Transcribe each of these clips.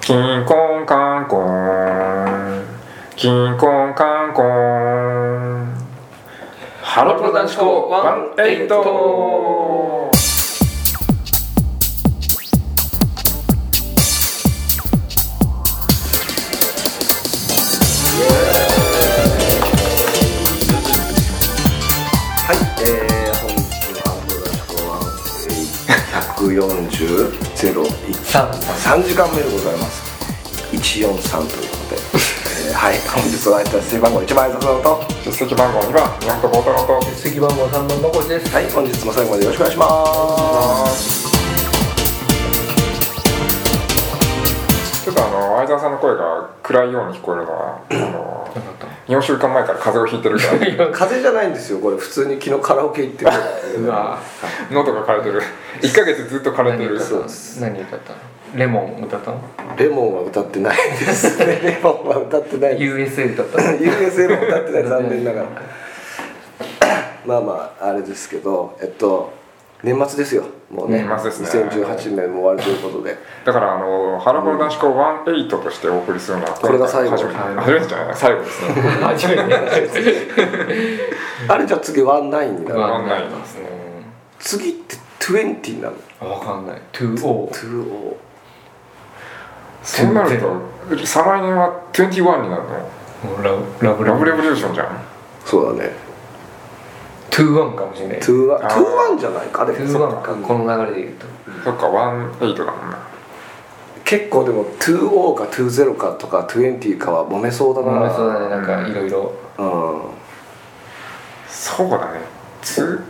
キンコンカンコンキンコンカンコンハロプロ男子校ワンエイトはい、えー、本日のアンドラスコワン140-01 3時間目でございます143ということで、えー、はい、本日の相手は背番号1番挨拶のと出席番号2番宮本幸太郎と席番号三番箱です。はい、本日も最後までよろしくお願いしますちょっとあの相沢さんの声が暗いように聞こえるのはあの4週間前から風邪 をひいてるから風邪じゃないんですよ、これ普通に昨日カラオケ行ってる うわ、喉が枯れてる1ヶ月ずっと枯れてるそうです何歌ったの？レモン歌ったのレモンは歌ってないですね、レモンは歌ってないです？USA 歌 った の？ USA も歌ってない、残念な がら まあまああれですけどえっと年末ですよもうね年末ですね2018年も終わりということでだからあのハロプロ男子校ワンエイトとしてお送りするのはこれが最後初めて初めてじゃない最後ですね初めてあれじゃあ次ワンナインになる、ワンですね。次って20になるあわかんない。2 O。 20そうなると再来年は21になるのラブラブラブレブ。ボリューションじゃんそうだね2 1かもしれない。2 21あーじゃないかでも1そっかかこの流れで言うと。そっかワンエイトだもんな結構でも20か20かとか20かは揉めそうだなまあそうだねなんかいろいろ。うそうだね2 2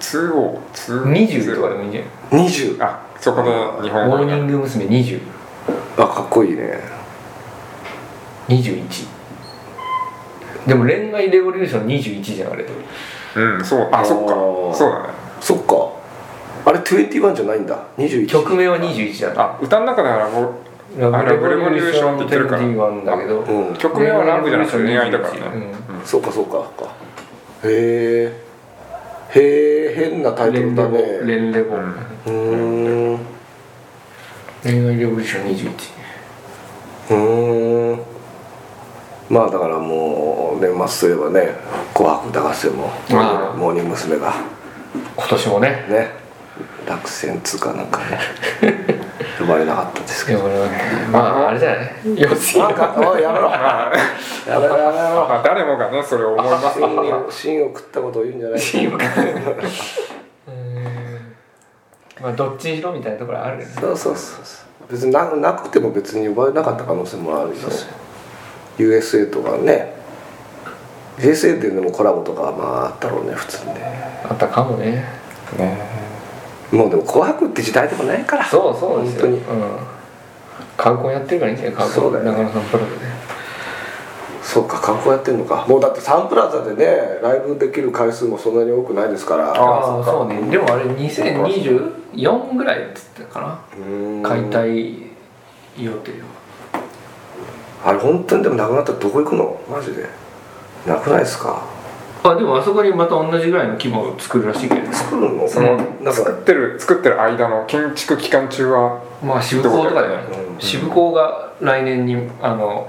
0 2 20とかでもいいんじゃない？ん20ああそこで日本モ語にーニなンるグ娘。20、かっこいいね21。でも恋愛レボリューション21じゃんあれ。うんそうあそっかおーそうだねそっかあれ21じゃないんだ21曲名は21だな。あ歌の中ではラボラあラブレボリューションって言ってるから21だけど。うん曲名はラブじゃなくて恋愛だからね、うそうかそうかそうかへえへえ変なタイトレンルレだボ、ねレンレボ、んうーんう恋愛レボリューション21ーんまあだからもう年末といえばね「紅白歌合戦も」ああモーニング娘。が今年もねね落選通過なんか ね呼ばれなかったですけでもねまああれじゃないよしどなんかおいやめろやめろやめ ろまあ誰もがねそれを思います芯を芯を食ったことを言うんじゃないまあどっちにしろみたいなところあるよねそうそうそうそう別にななくても別に呼ばれなかった可能性もあるよ USA とかね USA ででもコラボとかはまああったろうね普通ねあったかもねもうでも「紅白」って時代でもないからそうそうですよ本うんカウコンやってるからいいんじゃないカウコそうン、だよね中野さんプロでねそうか観光やってんのかもうだってサンプラザでねライブできる回数もそんなに多くないですかあらああそうねでもあれ2024ぐらいっつってたかうーんな解体予定はあれ本当にでもなくなったらどこ行くのマジでなくないですかあでもあそこにまた同じぐらいの規模を作るらしいけどね作るのそのなん作かってる作ってる間の建築期間中はまあ渋港とかではないうん渋港が来年にあの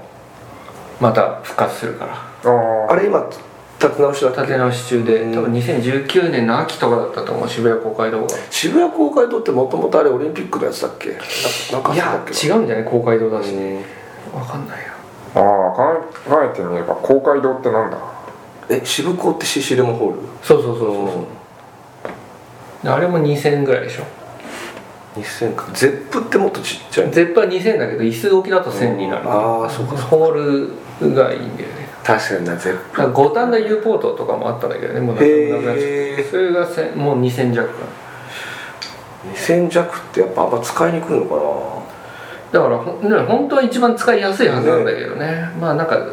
また復活するからああれ今立て直しだった立て直し中でうん多分2019年の秋とかだったと思う渋谷公会堂が渋谷公会堂ってもともとあれオリンピックのやつだっけななんかいそうだやっけ違うんじゃない公会堂だしうんわかんないよああー考えてみれば公会堂ってなんだえ渋港ってシシレモホールそうそうそうそうであれも2000ぐらいでしょ2000かゼップってもっとちっちゃい絶対2000だけど椅子置きだと1000になるああそうかホールがいいんだよね確かになゼッだから五反田 U ポートとかもあったんだけどねもうなくなくなっちゃっへてーそれがせんもう2000弱かなプ2000弱ってやっぱあんま使いにくいのかだからほんね本当は一番使いやすいはずなんだけどねまあなんか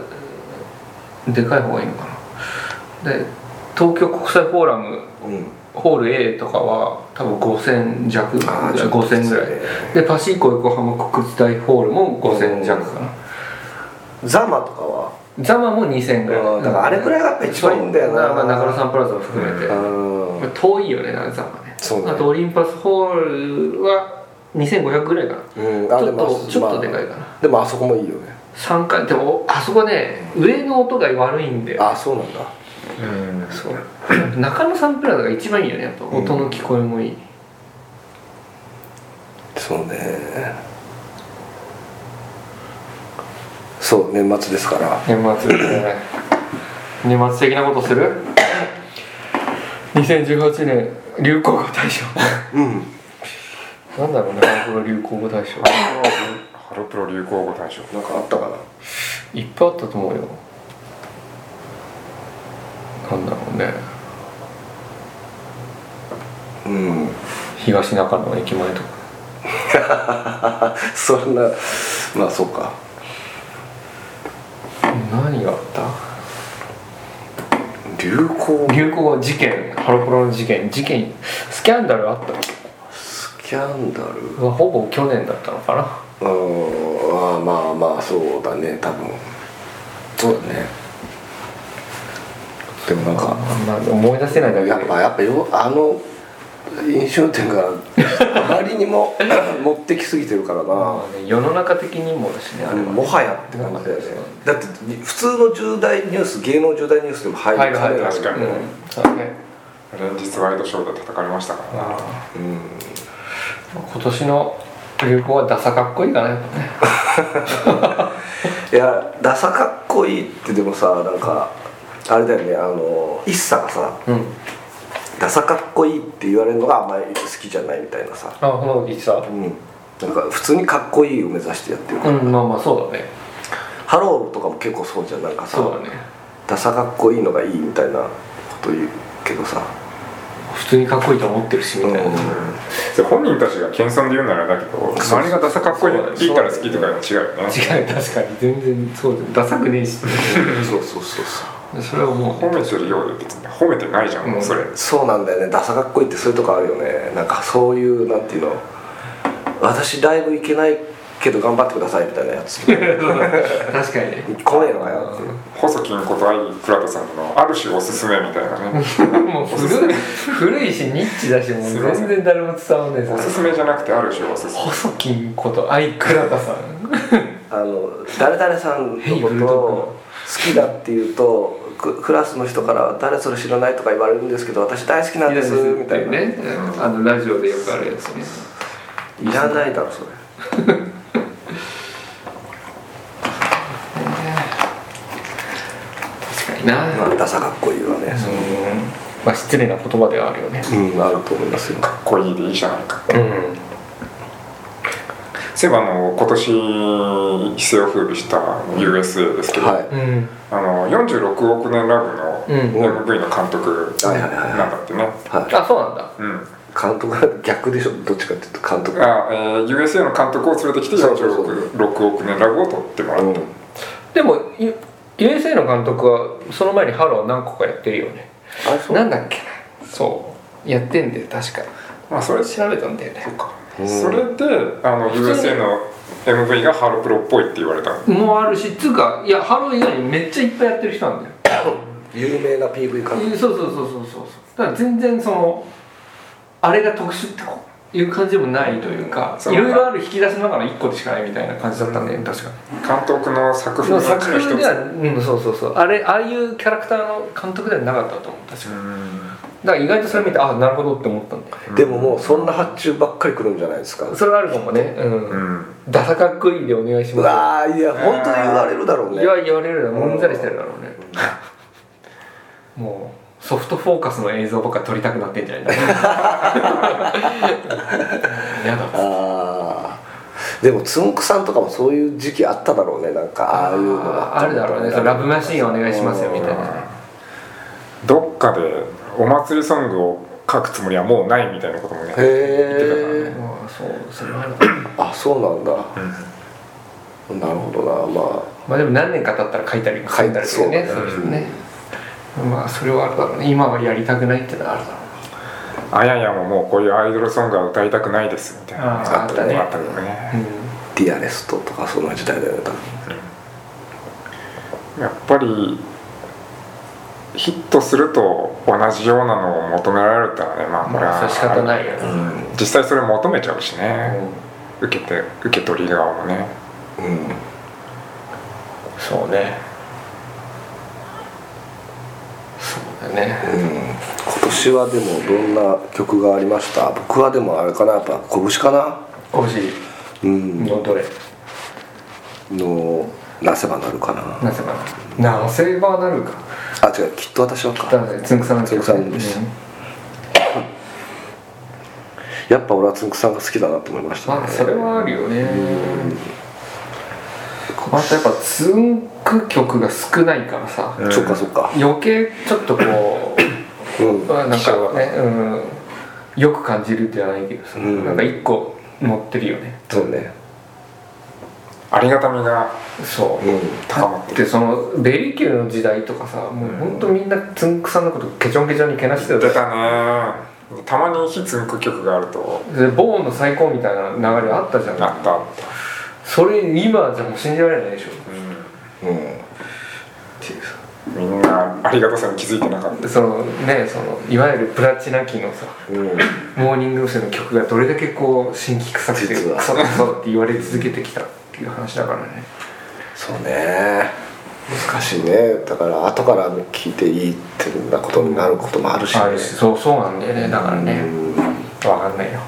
でかい方がいいのかなで東京国際フォーラムなうんホール A とかは多分5000弱ぐらい5000ぐらいいでパシーコ横浜国立大ホールも5000弱かなザマとかはザマも2000ぐらいうんだからあれぐらいがやっぱ一番いいんだよそなうまあ中野サンプラザを含めて、うん遠いよねなんかザマねそうだあねとオリンパスホールは2500ぐらいかなうんちあょでっもとちょっとでかいまかな、でもあそこもいいよね3回でもあそこね上の音が悪いんであそうなんだうんそう 中野サンプラザが一番いいよねやっぱうん音の聞こえもいい、そうねそう年末ですから年末ですね年末的なことする2018年流行語大賞うん なんだろうねこの流行語大賞ハロプロ流行語大賞なんかあったかないっぱいあったと思うよなんだろうねうん 東中野駅前とかそんなまあそうか何があった流行流行語事件ハロプロの事件事件スキャンダルあったっけスキャンダルまあほぼ去年だったのかなうんあーまあまあそうだね多分そうだねでもなんかあんま思い出せないだけでやっぱやっぱよあの飲酒運転があまりに も持ってきすぎてるからなまあね世の中的にもだしねあれはねもはやって感じだよねだって普通の重大ニュース芸能重大ニュースでも入入るる入る確かにうんそうね連日ワイドショーで叩かれましたからなうん今年の流行はダサかっこいいかなやっぱねいやダサかっこいいってでもさなんかあれだよねあの一茶がさうんダサかっこいいって言われるのがあんまり好きじゃないみたいなさあこの時さうんなんか普通にかっこいいを目指してやってるから、うんまあまあそうだねハローとかも結構そうじゃんなんかさそうだねダサかっこいいのがいいみたいなこと言うけどさ普通にかっこいいと思ってるしみたいな、うんそれ本人たちが謙遜で言うならだけど周りがダサかっこいいそうそういいから好きとかは違うよね違う確かに全然そうだよダサくねえし そうそうそうそうそれはも 褒めてるようで別に褒めてないじゃん、もうそれそうなんだよねダサかっこいいってそういうとこあるよねなんかそういうなんていうの私ライブ行けないけど頑張ってくださいみたいなやつ来ねう確かにねえのかよっていう細木ことアイクラトさんのある種おすすめみたいなねもう古い古いしニッチだしもうすごい全然誰も伝わんねえおすさすめじゃなくてある種おすすめ細金ことアイクラタさんあの誰々さんのヘイこブルドとッグを好きだって言うとククラスの人から「誰それ知らない?」とか言われるんですけど私大好きなんですみたいな、ねあのラジオでよくあるやつねいらないだろそれ確かになまあダサかっこいいわねまあ失礼な言葉ではあるよねうんあると思いますよかっこいいでいいじゃないかうんそういえばあの今年一世を風靡した USA ですけど、はいうんあの46億年ラブのうん MV の監督はいはいはいなんだってね、はいあそうなんだうん監督は逆でしょどっちかっていうと監督あえー USA の監督を連れてきてそうそうそう46億年ラブを撮ってもらうっんた、でも USA の監督はその前にハロー何個かやってるよねあれそうなんだっけなそうやってんだよ確かまあそれ調べたんだよねうんそれであの普通に USA の MV がハロプロっぽいって言われたもうあるしつうかいやハロー以外にめっちゃいっぱいやってる人なんだよ有名な PV 監督そうそうそうそうそうだから全然そのあれが特殊ってこういう感じでもないというかそういろいろある引き出しの中の1個でしかないみたいな感じだったんだよね確監か督の作風でのもうちの作品一でつはうんそうそうそうあれああいうキャラクターの監督ではなかったと思う確かうだんから意外とそれ見てあなるほどって思ったんだよねでももうそんな発注ばっかり来るんじゃないですかそれはあるかもねうん、うんダサかっこいいでお願いしうまわーいや本当に言われるだろうすねいや言われるなもんざりしてるだろうねもうソフトフォーカスの映像ばっか撮りたくなってんじゃない のやだあーでもつんくさんとかもそういう時期あっただろうねなんかああいうのがああるだろうねそのラブマシーンお願いしますよみたいなどっかでお祭りソングを書くつもりはもうないみたいなこともね言ってたからへねまあそうそれはあるーあそうなんだ、なるほどなままあでも何年か経ったら書いたりも書いたりするよね書いそうたりですするねまあそれはあるだろうね今はやりたくないってのはあるだろうあややももうこういうアイドルソングは歌いたくないですみたいなあーあったねあったけどねあディアレストとかその時代だよね多分やっぱりヒットすると同じようなのを求められるったらねまあこれまあはそれ仕方ないよね実際それ求めちゃうしねうん受けて受け取り側もねううんそうねそうだね今年はでもどんな曲がありました僕はでもあれかなやっぱ拳かな欲しいうんのどれのなせばなるかななせばななせばなるかあ違うきっと私はだかからつんくさんの曲つんくさんでしたやっぱ俺はつんくさんが好きだなと思いました、まあそれはあるよねうんまたやっぱつんく曲が少ないからさうんそっかそっか余計ちょっとこううんなん希少かだねうんよく感じるじゃないけどさうんなんか一個持ってるよねそうねありがたみがそううん高まってでるそのベリキューの時代とかさもうほんとみんなつんくさんのことケチョンケチョンにけなしてた出でたねたまに火つんく曲があるとボーンの最高みたいな流れあったじゃあっんたあったそれ今じゃもう信じられないでしょうっていうさみんなありがたさに気づいてなかっでそのねそのいわゆるプラチナ期のさんうんモーニング娘。の曲がどれだけこう新規臭くて実はクソクソって言われ続けてきたっていう話だからねそうね難しいねだから後から聞いていいってなことになることもあるし、ねあるしそうそうなんだよねだからねわかんないよ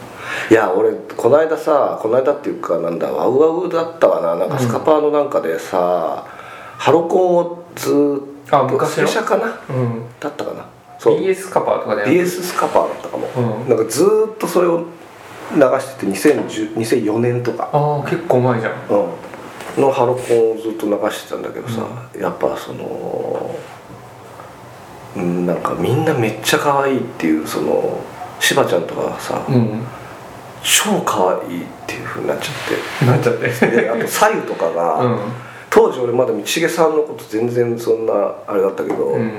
いや俺この間さこの間っていうかなんだワウワウだったわななんかスカパーのなんかでさ、ハロコンをずーっとあ昔の拙者かなうんだったかなそう BS カパーとかで BS スカパーだったかも、うんなんかずーっとそれを流してて2010 2004年とか、ああ結構前じゃんうん、のハロコンをずっと流してたんだけどさ、やっぱそのうんなんかみんなめっちゃ可愛いっていうそのしばちゃんとかさ、うん超可愛いっていう風になっちゃって。なっちゃ ってであと左右とかが、うん当時俺まだ道重さんのこと全然そんなあれだったけど、うん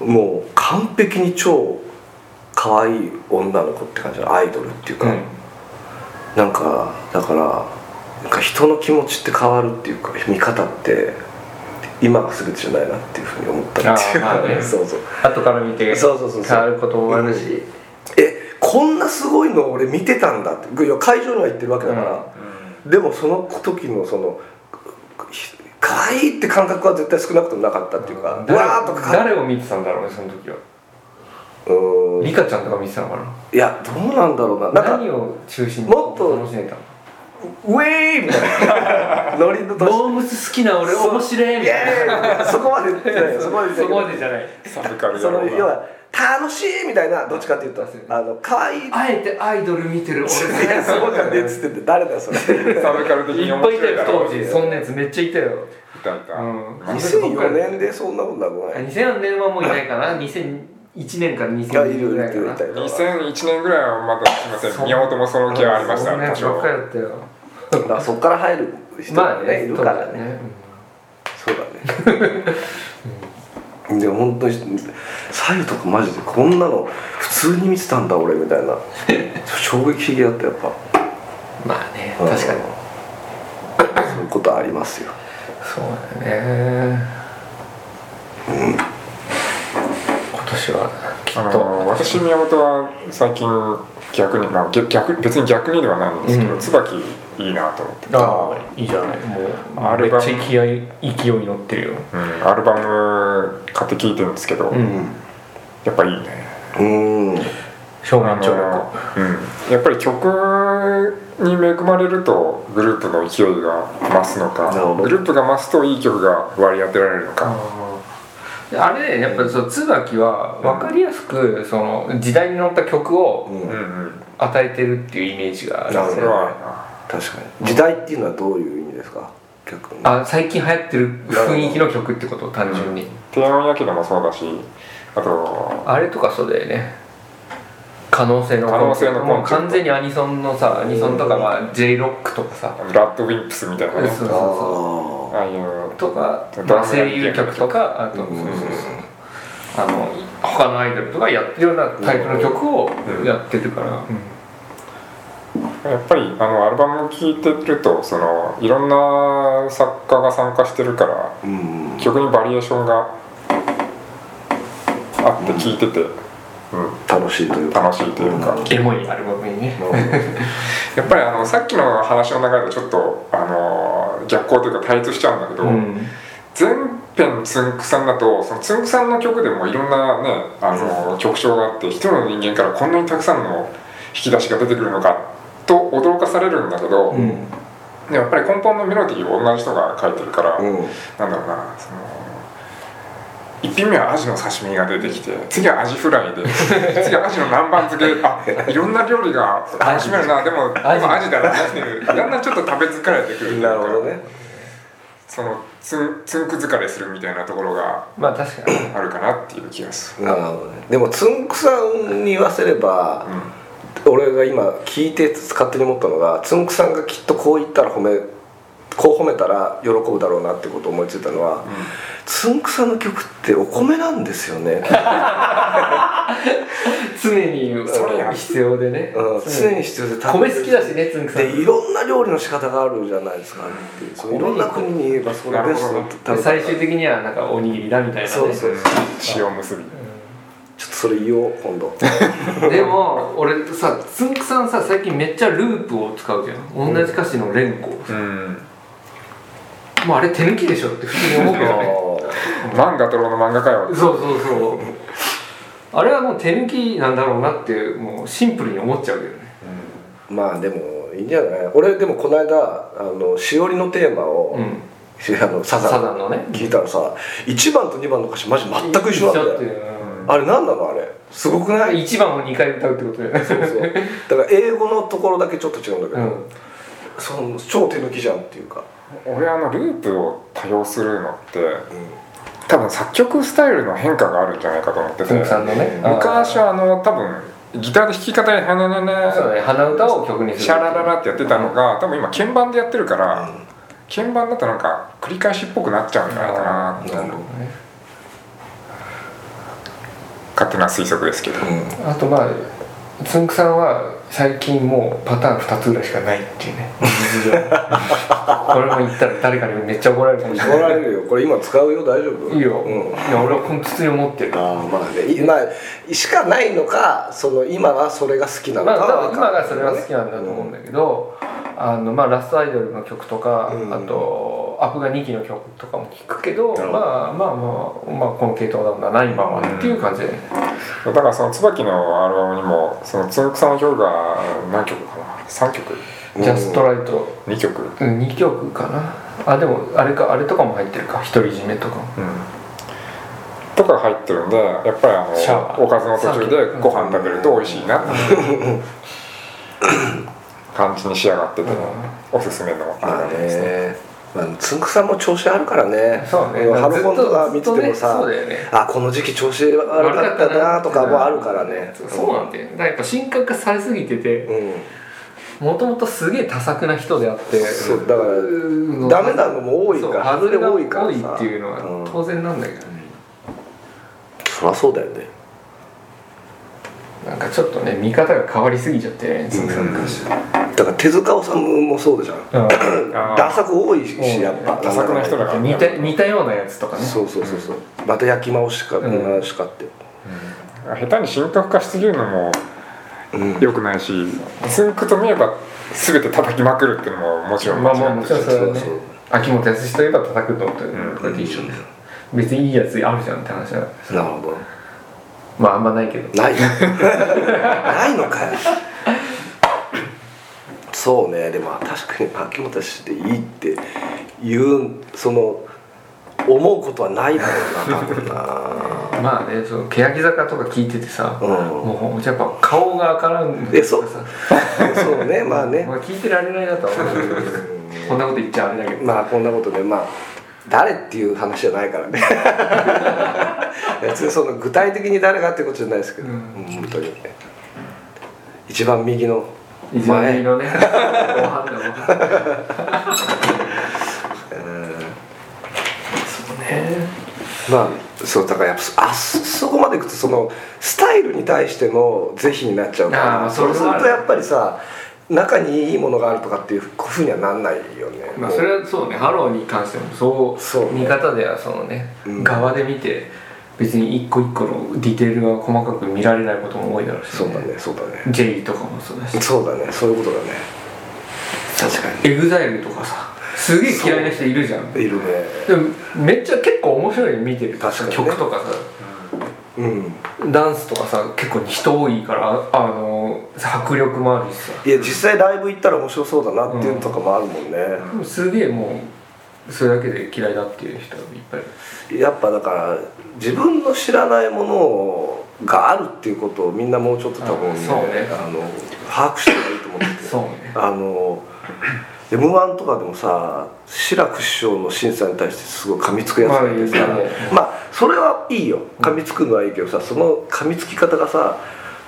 もう完璧に超可愛い女の子って感じのアイドルっていうか、なんかだからなんか人の気持ちって変わるっていうか見方って今が全てじゃないなっていうふうに思ったっていあーうまあか、ね そうそう後から見てそうそうそうそう変わることもあるしえこんなすごいの俺見てたんだっていや会場には行ってるわけだから、た、でもその時のそのひ可愛いって感覚は絶対少なくともなかったっていうか、う誰わーっとか誰を見てたんだろうねその時はうーんリカちゃんとか見てたのかいやどうなんだろうなななんか何を中心にもっと楽しんでたのウェーイみたいなノリの年モームス好きな俺面白いみたイいエーイそこまで言ってないよそこまで言ってそこなまいでじゃないサブカけどルそだろのうな要は楽しいみたいなどっちかっていうとあの可愛いってあえてアイドル見てる俺いやそうじゃねえっつってて誰だ よそれサブカル的いにっ面ぱいいた白いよだ当ろう時そんなやつめっちゃいたよいたいた、うんあの時2004年でそんなことなくない2004年はもういないかな2001年から2002がい年るぐらいいかるいなたりとか2001年ぐらいはまだすみませんそう宮本もその気はありましたそんなや多つばっ少かりだったよだからそっから入る人まがあねねいるからねそうだ ねでも本当に左右とかマジでこんなの普通に見てたんだ俺み たいな衝撃的だったやっぱまあねうん確かにそういうことありますよそうだよね今年はきあっのと私宮本は最近逆に、まあ、逆逆別に逆にではないんですけど、うん椿いいなと思って、ああいいじゃないもうアめルっちゃバム勢い勢いに乗ってるようん、アルバム買って聴いてるんですけど、うんやっぱいいねうーん少あ年の長のうん、やっぱり曲に恵まれるとグループの勢いが増すのかなるほどグループが増すといい曲が割り当てられるのか、であれねやっぱりそう椿は分かりやすくその時代に乗った曲をうんううんん、与えてるっていうイメージがあるんですそれよねはあ確かに時代っていうのはどういう意味ですか逆にあ最近流行ってる雰囲気の曲ってこと単純に、るな低音やけどもそうだしあとあれとかそうだよね可能性の可能性のもうコンセプト完全にアニソンのさアニソンとかまあ J ロックとかさラッドウィンプスみたいなねそうそうそあああいううとかドラムまあ声優曲とかあと、あうんあの他のアイドルとかやってるようなタイプの曲をうんやってるから、やっぱりあのアルバム聴いてるとそのいろんな作家が参加してるからうん曲にバリエーションがあって聴いてて、う、楽しいというんか楽しいというか、エモいアルバムにねなるほどやっぱりあのさっきの話の流れでちょっとあのあ逆行というか対立しちゃうんだけど、うん全編つんくさんだとそのつんくさんの曲でもいろんなねあの、曲調があって一人の人間からこんなにたくさんの引き出しが出てくるのかと驚かされるんだけど、うんでやっぱり根本のメロディーを同じ人が書いてるから、うなんんだろうなその1品目はアジの刺身が出てきて次はアジフ ライで次はアジの南蛮漬けあいろんな料理が楽しめるなでもでもアジアジだなっていうだんだんちょっと食べ疲れてくるというかなるほどねそのつんつんく疲れするみたいなところがまあ確かにあるかなっていう気がする。なるほどねでもつんくさんに言わせれば、俺が今聞いて勝手に思ったのがつんくさんがきっとこう言ったら褒めこう褒めたら喜ぶだろうなってことを思いついたのは、つんくさんの曲ってお米なんですよね、常にそれや必要でねうん、常に必要で米好きだしねつんくさんでいろんな料理の仕方があるじゃないですかっていうそういろんな国に言えばそれベストだって食べで方最終的にはなんかおにぎりだみたいなねそうそうそう塩結びちょっとそれ言おう今 度でも俺さつんくさんさ最近めっちゃループを使うじゃん同じ歌詞の連呼、うんもうあれ手抜きでしょって普通に思うけどね漫画太郎の漫画かよそうそうそうあれはもう手抜きなんだろうなってもうシンプルに思っちゃうけどねまあでもいいんじゃない俺でもこの間あのしおりのテーマを、うんあのサザンサザンのね聞いたらさ1番と2番の歌詞マジ全く一緒なんだっていよううんあれ何なのあれすごくない一番を二回歌うってことだよねそうそうだから英語のところだけちょっと違うんだけうど、んその超手抜きじゃんっていうか、俺あのループを多用するのって多分作曲スタイルの変化があるんじゃないかと思ってつてんくさんのね昔はあの多分ギターで弾き語り「はねねあーそうだねね鼻歌を曲にするシャラララ」ってやってたのが多分今鍵盤でやってるからうん鍵盤だとなんか繰り返しっぽくなっちゃうんじゃないかなってなるほどね勝手な推測ですけどあとまあつんくさんは最近もうパターン2つぐらいしかないっていうねこれも言ったら誰かにめっちゃ怒られるかもしれ怒なられるよこれ今使うよ大丈夫いいいよ、ういん、あや俺はこの筒に思ってるまあまあねいまあしかないのかその今はそれが好きなあのかは多分分今かんないがそれは好きなんだと思うんだけど、あのまあラストアイドルの曲とか、うんあとアフガニキの曲とかも聞くけどなるほどまあまあまあまあこの系統なんだな今は、っていう感じでだからその椿のアルバムにもそのつんくさんの曲が何曲かな3曲うんジャストライト2曲うんうん2曲かなあでもあれかあれとかも入ってるか独り占めとかもとか入ってるんでやっぱりあシャワーのおかずの途中でご飯食べると美味しいなっていう感じに仕上がってておすすめのアルまバあムですねね、まあ、つんくさんも調子あるからねそうねハルコンとか見ててもずっさとねそうだよねあこの時期調子悪かったなとかもあるからねそうなんだよねだからやっぱ神格化されすぎててうんもともとすげえ多作な人であってそうだからうんダメなのも多いそうからハズレが多いからさっていうのは当然なんだけどね、そりゃそうだよねなんかちょっとね見方が変わりすぎちゃってねつんくさんの歌詞だから手塚治虫もそうじゃんあーダサく多いしやっぱダサくな人だから似た似たようなやつとかねそうそうそうそうまた焼き回しかうん見回しかって下手に神格化しすぎるのもうん良くないしつんくと見えば全て叩きまくるっていうのももちろんまあまあもちろんそれはねそうそう秋元康といえば叩くのとこれで一緒です別にいいやつあるじゃんって話だなるほどまああんまないけどない ないのかよそうねでも確かに秋元氏でいいって言うその思うことはないだろうな多分なまあねその欅坂とか聞いててさ、うんもうやっぱ顔が明らんえそうとかさ そうねまあねまあ聞いてられないなとは思うけどこんなこと言っちゃあれだけどまあこんなことでまあ誰っていう話じゃないから ね別にその具体的に誰がってことじゃないですけど、うんうん本当に一番右のいじめのねご飯だもんそうねまあそうだからやっぱあそそこまでいくとそのスタイルに対しての是非になっちゃうかあーらそそうれするはあるとやっぱりさ中にいいものがあるとかっていうふうにはなんないよね、まあそれはそうねハローに関してもそうそう見方ではそのね、うん側で見て別に一個一個のディテールが細かく見られないことも多いだろうし、そうだねそうだね J とかもそうだしそうだねそういうことだね確かに EXILE とかさすげえ嫌いな人いるじゃんいるねでもめっちゃ結構面白いよ見てる確かにね曲とかさうんダンスとかさ結構人多いからあの迫力もあるしさいや実際ライブ行ったら面白そうだなっていうのとかもあるもんね、でもすげえもうそれだけで嫌いだっていう人がいっぱいいるやっぱだから自分の知らないものがあるっていうことをみんなもうちょっと多分ねあそうねあの把握した方がいいと思っててそうねあの m 1とかでもさ志らく師匠の審査に対してすごい噛みつくやつがいてさ、まあいいねまあそれはいいよ噛みつくのはいいけどさその噛みつき方がさ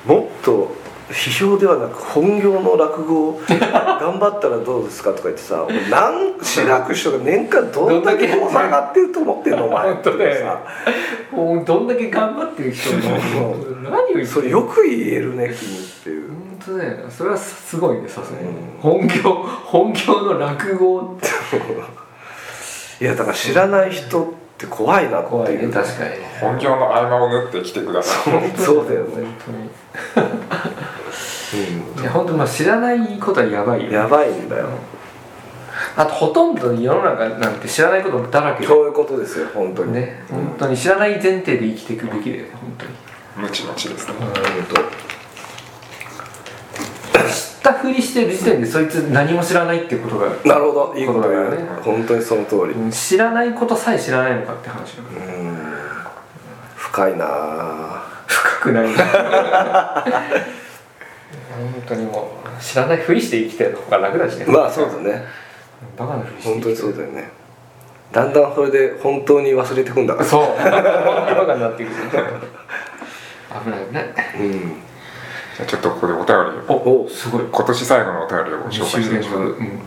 もっと批評ではなく本業の落語を頑張ったらどうですかとか言ってさ俺なん志らく師匠が年間どんだけこう下がってると思ってんのお前本当だよってさもうどんだけ頑張ってる人もそ何を言ってそるれよく言えるね君っていう本当だよなそれはすごいねさすがに、うん本業本業の落語っていやだから知らない人って怖いなっていう怖いね確かにね本業の合間を縫ってきてください そうだよ本ね、当にうんいや本当まあ知らないことはやばいよやばいんだよあとほとんど世の中なんて知らないことだらけだそういうことですよ本当にね本当に知らない前提で生きていくべきだよね本当にムチムチですね本知ったふりしてる時点でそいつ何も知らないってことが当なるほどいいここと言うねとだよね本当にその通り、うん、うん知らないことさえ知らないのかって話だから深いなあ深くない本当にもう知らないふりして生きてるのが楽だしねまあそうだねバカなふりして本生当きてにそうだるよねだんだんそれで本当に忘れてくんだからそう本当にバカになっていくる危ない危ないうんじゃあちょっとここでお便りをおすごい今年最後のお便りをご紹2介し週て連いきま続すうん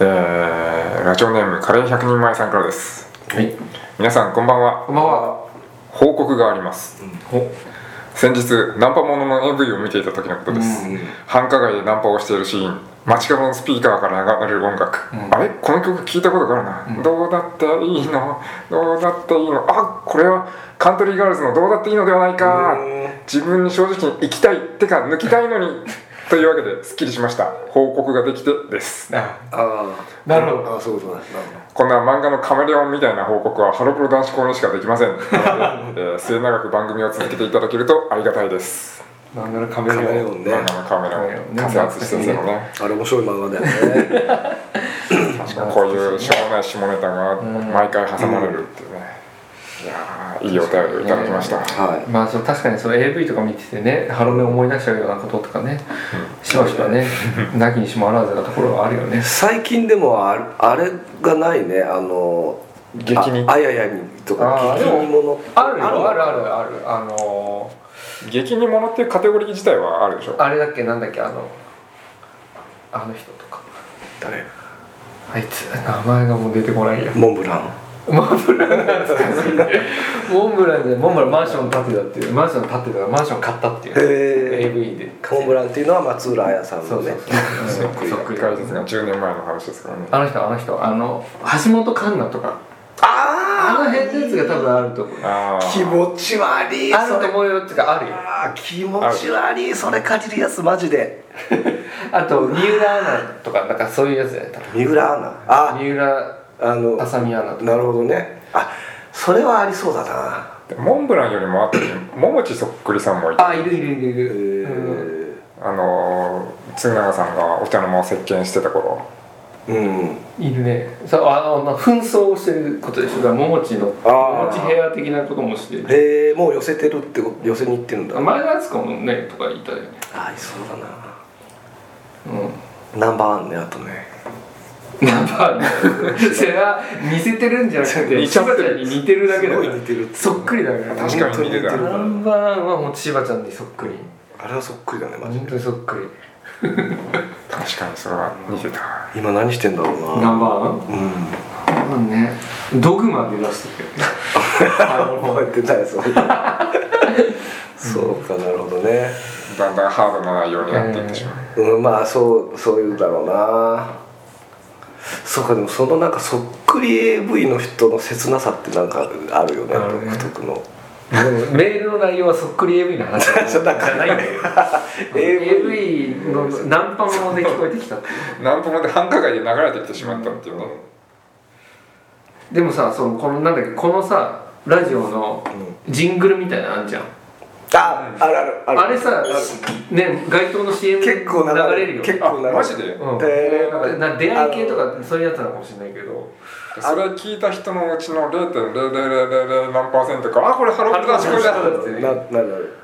えーラジオネームカレー100人前さんからですはい皆さんこんばんはこんばんは報告があります、お先日ナンパものの AV を見ていた時のことです、うん繁華街でナンパをしているシーン街角のスピーカーから流れる音楽、うんあれこの曲聞いたことがあるな、どうだっていいのどうだっていいのあこれはカントリーガールズのどうだっていいのではないかうん自分に正直に行きたいってか抜きたいの にというわけですっきりしました報告ができてですあああなるほどああそういうことだなるこんな漫画のカメレオンみたいな報告はハロプロ男子校にしかでき ません、えー末永く番組を続けていただけるとありがたいです漫画のカほどカメメレレオオンン漫ね画のカメレオン活躍してるのねあれ面白い漫画だよね確かにこういうしょうもない下ネタが毎回挟まれるっていうね、いやーいいお便りをいただきました、はまあそう確かにその AV とか見ててねハロメ思い出しちゃうようなこととかねしばしばねなきにしもあらずなところはあるよねい最近でもあれあれがないねあの激にああややにとかあー激にものあるよあるああるあるあの激に物っていうカテゴリー自体はあるでしょーあれだっけなんだっけあのあの人とか誰あいつ名前がもう出てこないやモンブランモンブランなんですかモンブランでモンブランマンション建てたっていうマンション建てたからマンション買ったっていうへー AV でモンブランっていうのは松浦綾さんそのうそねうそううんそっくり解説が10年前の話ですからねあの人あの人あの橋本環奈とかああの辺のやつが多分あると思うあ気ー持ち悪いあるそとれ思うよっていうかあるよあー気持ち悪いそれかじるやつマジであと三浦アナとかなんかそういうやつだよ多分三浦アナあ三浦あのあさみアナとかなるほどねあそれはありそうだなでモンブランよりも後に桃地そっくりさんもいてあいるいるいるいへる、うんーあのー、嗣永さんがお茶の間を席巻してた頃うんいるねそうあのまあ紛争をしてることでしょだから桃地のあ桃ー地ヘア的なこともしてるへえもう寄せてるってこと寄せに行ってるんだ前田敦子もねとかいたよねあいそうだなうナンバーワンねあとねんナン バーねそれは似せてるんじゃなくて似ちゃ柴ってるちゃんに似てるだけだかすごい似てらるそっくりだから確かに似てた本当ナるンバーワンはもう柴ちゃんにそっくりあれはそっくりだねマジ本で当にそっくり確かにそれは似てた今何してんだろうナなンバーワンうんまあね、ドグマで出してる 覚えてない そうそうかなるほどね、だんだんハードな内容になっていってしまう、うん、まあそうそういうだろうなそうかでもそのなんかそっくり AV の人の切なさってなんかあるよねあるね独特のでもメールの内容はそっくり AV の 話じゃないんだよ AV のナンパもので聞こえてきたっていうなんともで繁華街で流れてきてしまったっていうね、でもさそのこのなんだっけこのさラジオのジングルみたいなのあんじゃんああるあるあるあれさね街頭の CM 結構流れるよよ結あ構流れるマジでうん、でなんかな出会い系とかそういうやつなのかもしれないけどそれ聞いた人のうちの0.0000何パーセントかあこれハロプロだしこれだってねななるなる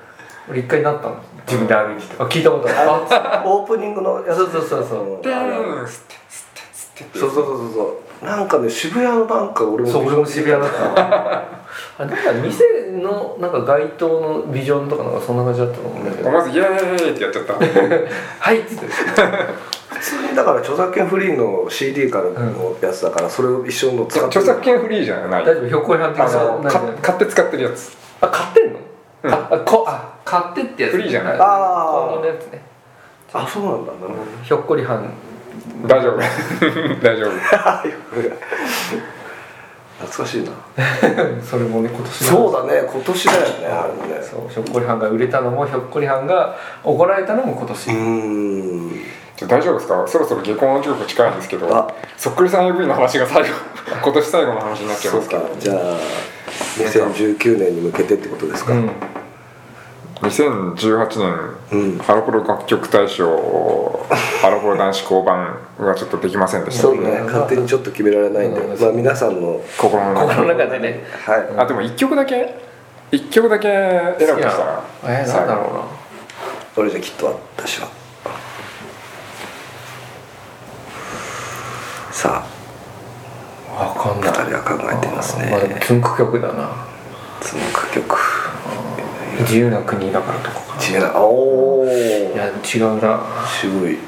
俺一回なったの自分で歩いててあ聞いたことあるああオープニングのやつそうそうそうそうでんあるあるーんステステステってそうそうそうそうそうなんかね渋谷のなんか俺もそう俺も渋谷だったわあなんか店のなんか街灯のビジョンとかなんかそんな感じだったと思うんだけど「まずイエーイってやっちゃったはい」っつって普通にだから著作権フリーの CD からのやつだから、それを一緒の使って著作権フリーじゃない大丈夫標高違反あ的なのなんかか買って使ってるやつあ買ってんの、うんああこあ買ってってやつフリーじゃないああーこのやつねあそうなんだな るほどねひょっこりはん 大丈夫 大丈夫懐かしいなそれもね今年そうだだね今年だよねあれもねそうひょっこりはんが売れたのもひょっこりはんが怒られたのも今う年、ーんじゃあ大丈夫ですかそろそろ下校の時刻近いんですけあどそっくりさん AV の話が最後今年最後の話になっちゃいそまうすけかどじゃあ2019年に向けてってことですか、うん2018年、うんハロプロ楽曲大賞ハロプロ男子交番がちょっとできませんでしたそねうね勝手にちょっと決められないんで、うんまあ皆さんの心の中心の中でねはいあでも1曲だけ1曲だけ選ぶとしたら好きなのえー、なんだろうなこれじゃきっと私はさわかんあない2人は考えていますまあでもねつんく曲だなつむく曲自由な国だからとかかな違うなおおいや違うな渋い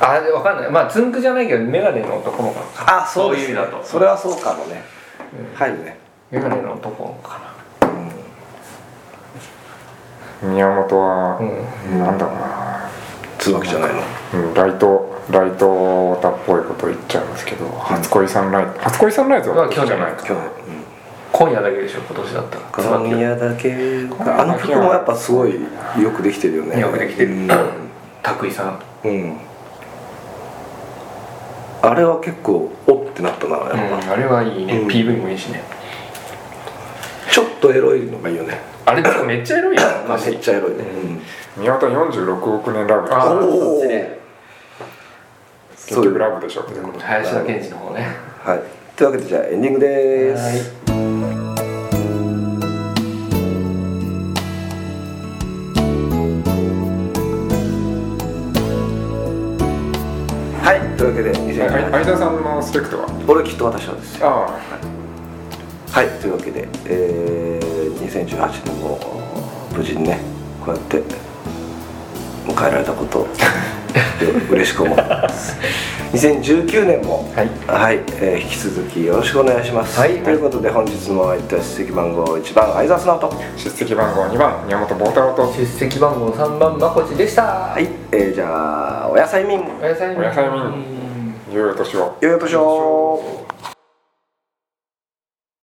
あでわかんないまあつんくじゃないけど眼鏡の男の子かあそうですそういう意味ねだとそれはそうかもね、入るね眼鏡の男の子か宮本は、なうなんだろうな、つばきじゃないのうん、ライトライトオタっぽいこと言っちゃうんですけど、初恋サンライズ初恋サンライズは今日じゃないか今日今夜だけでしょ今年だったら今椿夜だけあの曲もやっぱすごいよくできてるよねよくできてるうん、拓井さんうんあれは結構おってなったなやっぱ、うんあれはいいね、うん PV もいいしねちょっとエロいのがいいよねあれとかめっちゃエロいよ まあめっちゃエロいね、うん宮本は46億年ラブあーそっおちーね結局ラブでしょっていうことで林田健二の方ねはいというわけでじゃあエンディングですはい、というわけで2018あい相田さんのスペクトは俺きっと私はですよあはいというわけで、えー、2018年も無事にねこうやって迎えられたことをで嬉しく思ってます2019年もはいはい、えー引き続きよろしくお願いします、はいということで本日の相手は出席番号1番相沢直人あ出席番号2番宮本坊太郎と出席番号3番まこちでしたはい、えー、じゃあおやさいみんおやさみおやさみうんいよいよ年をよいお年を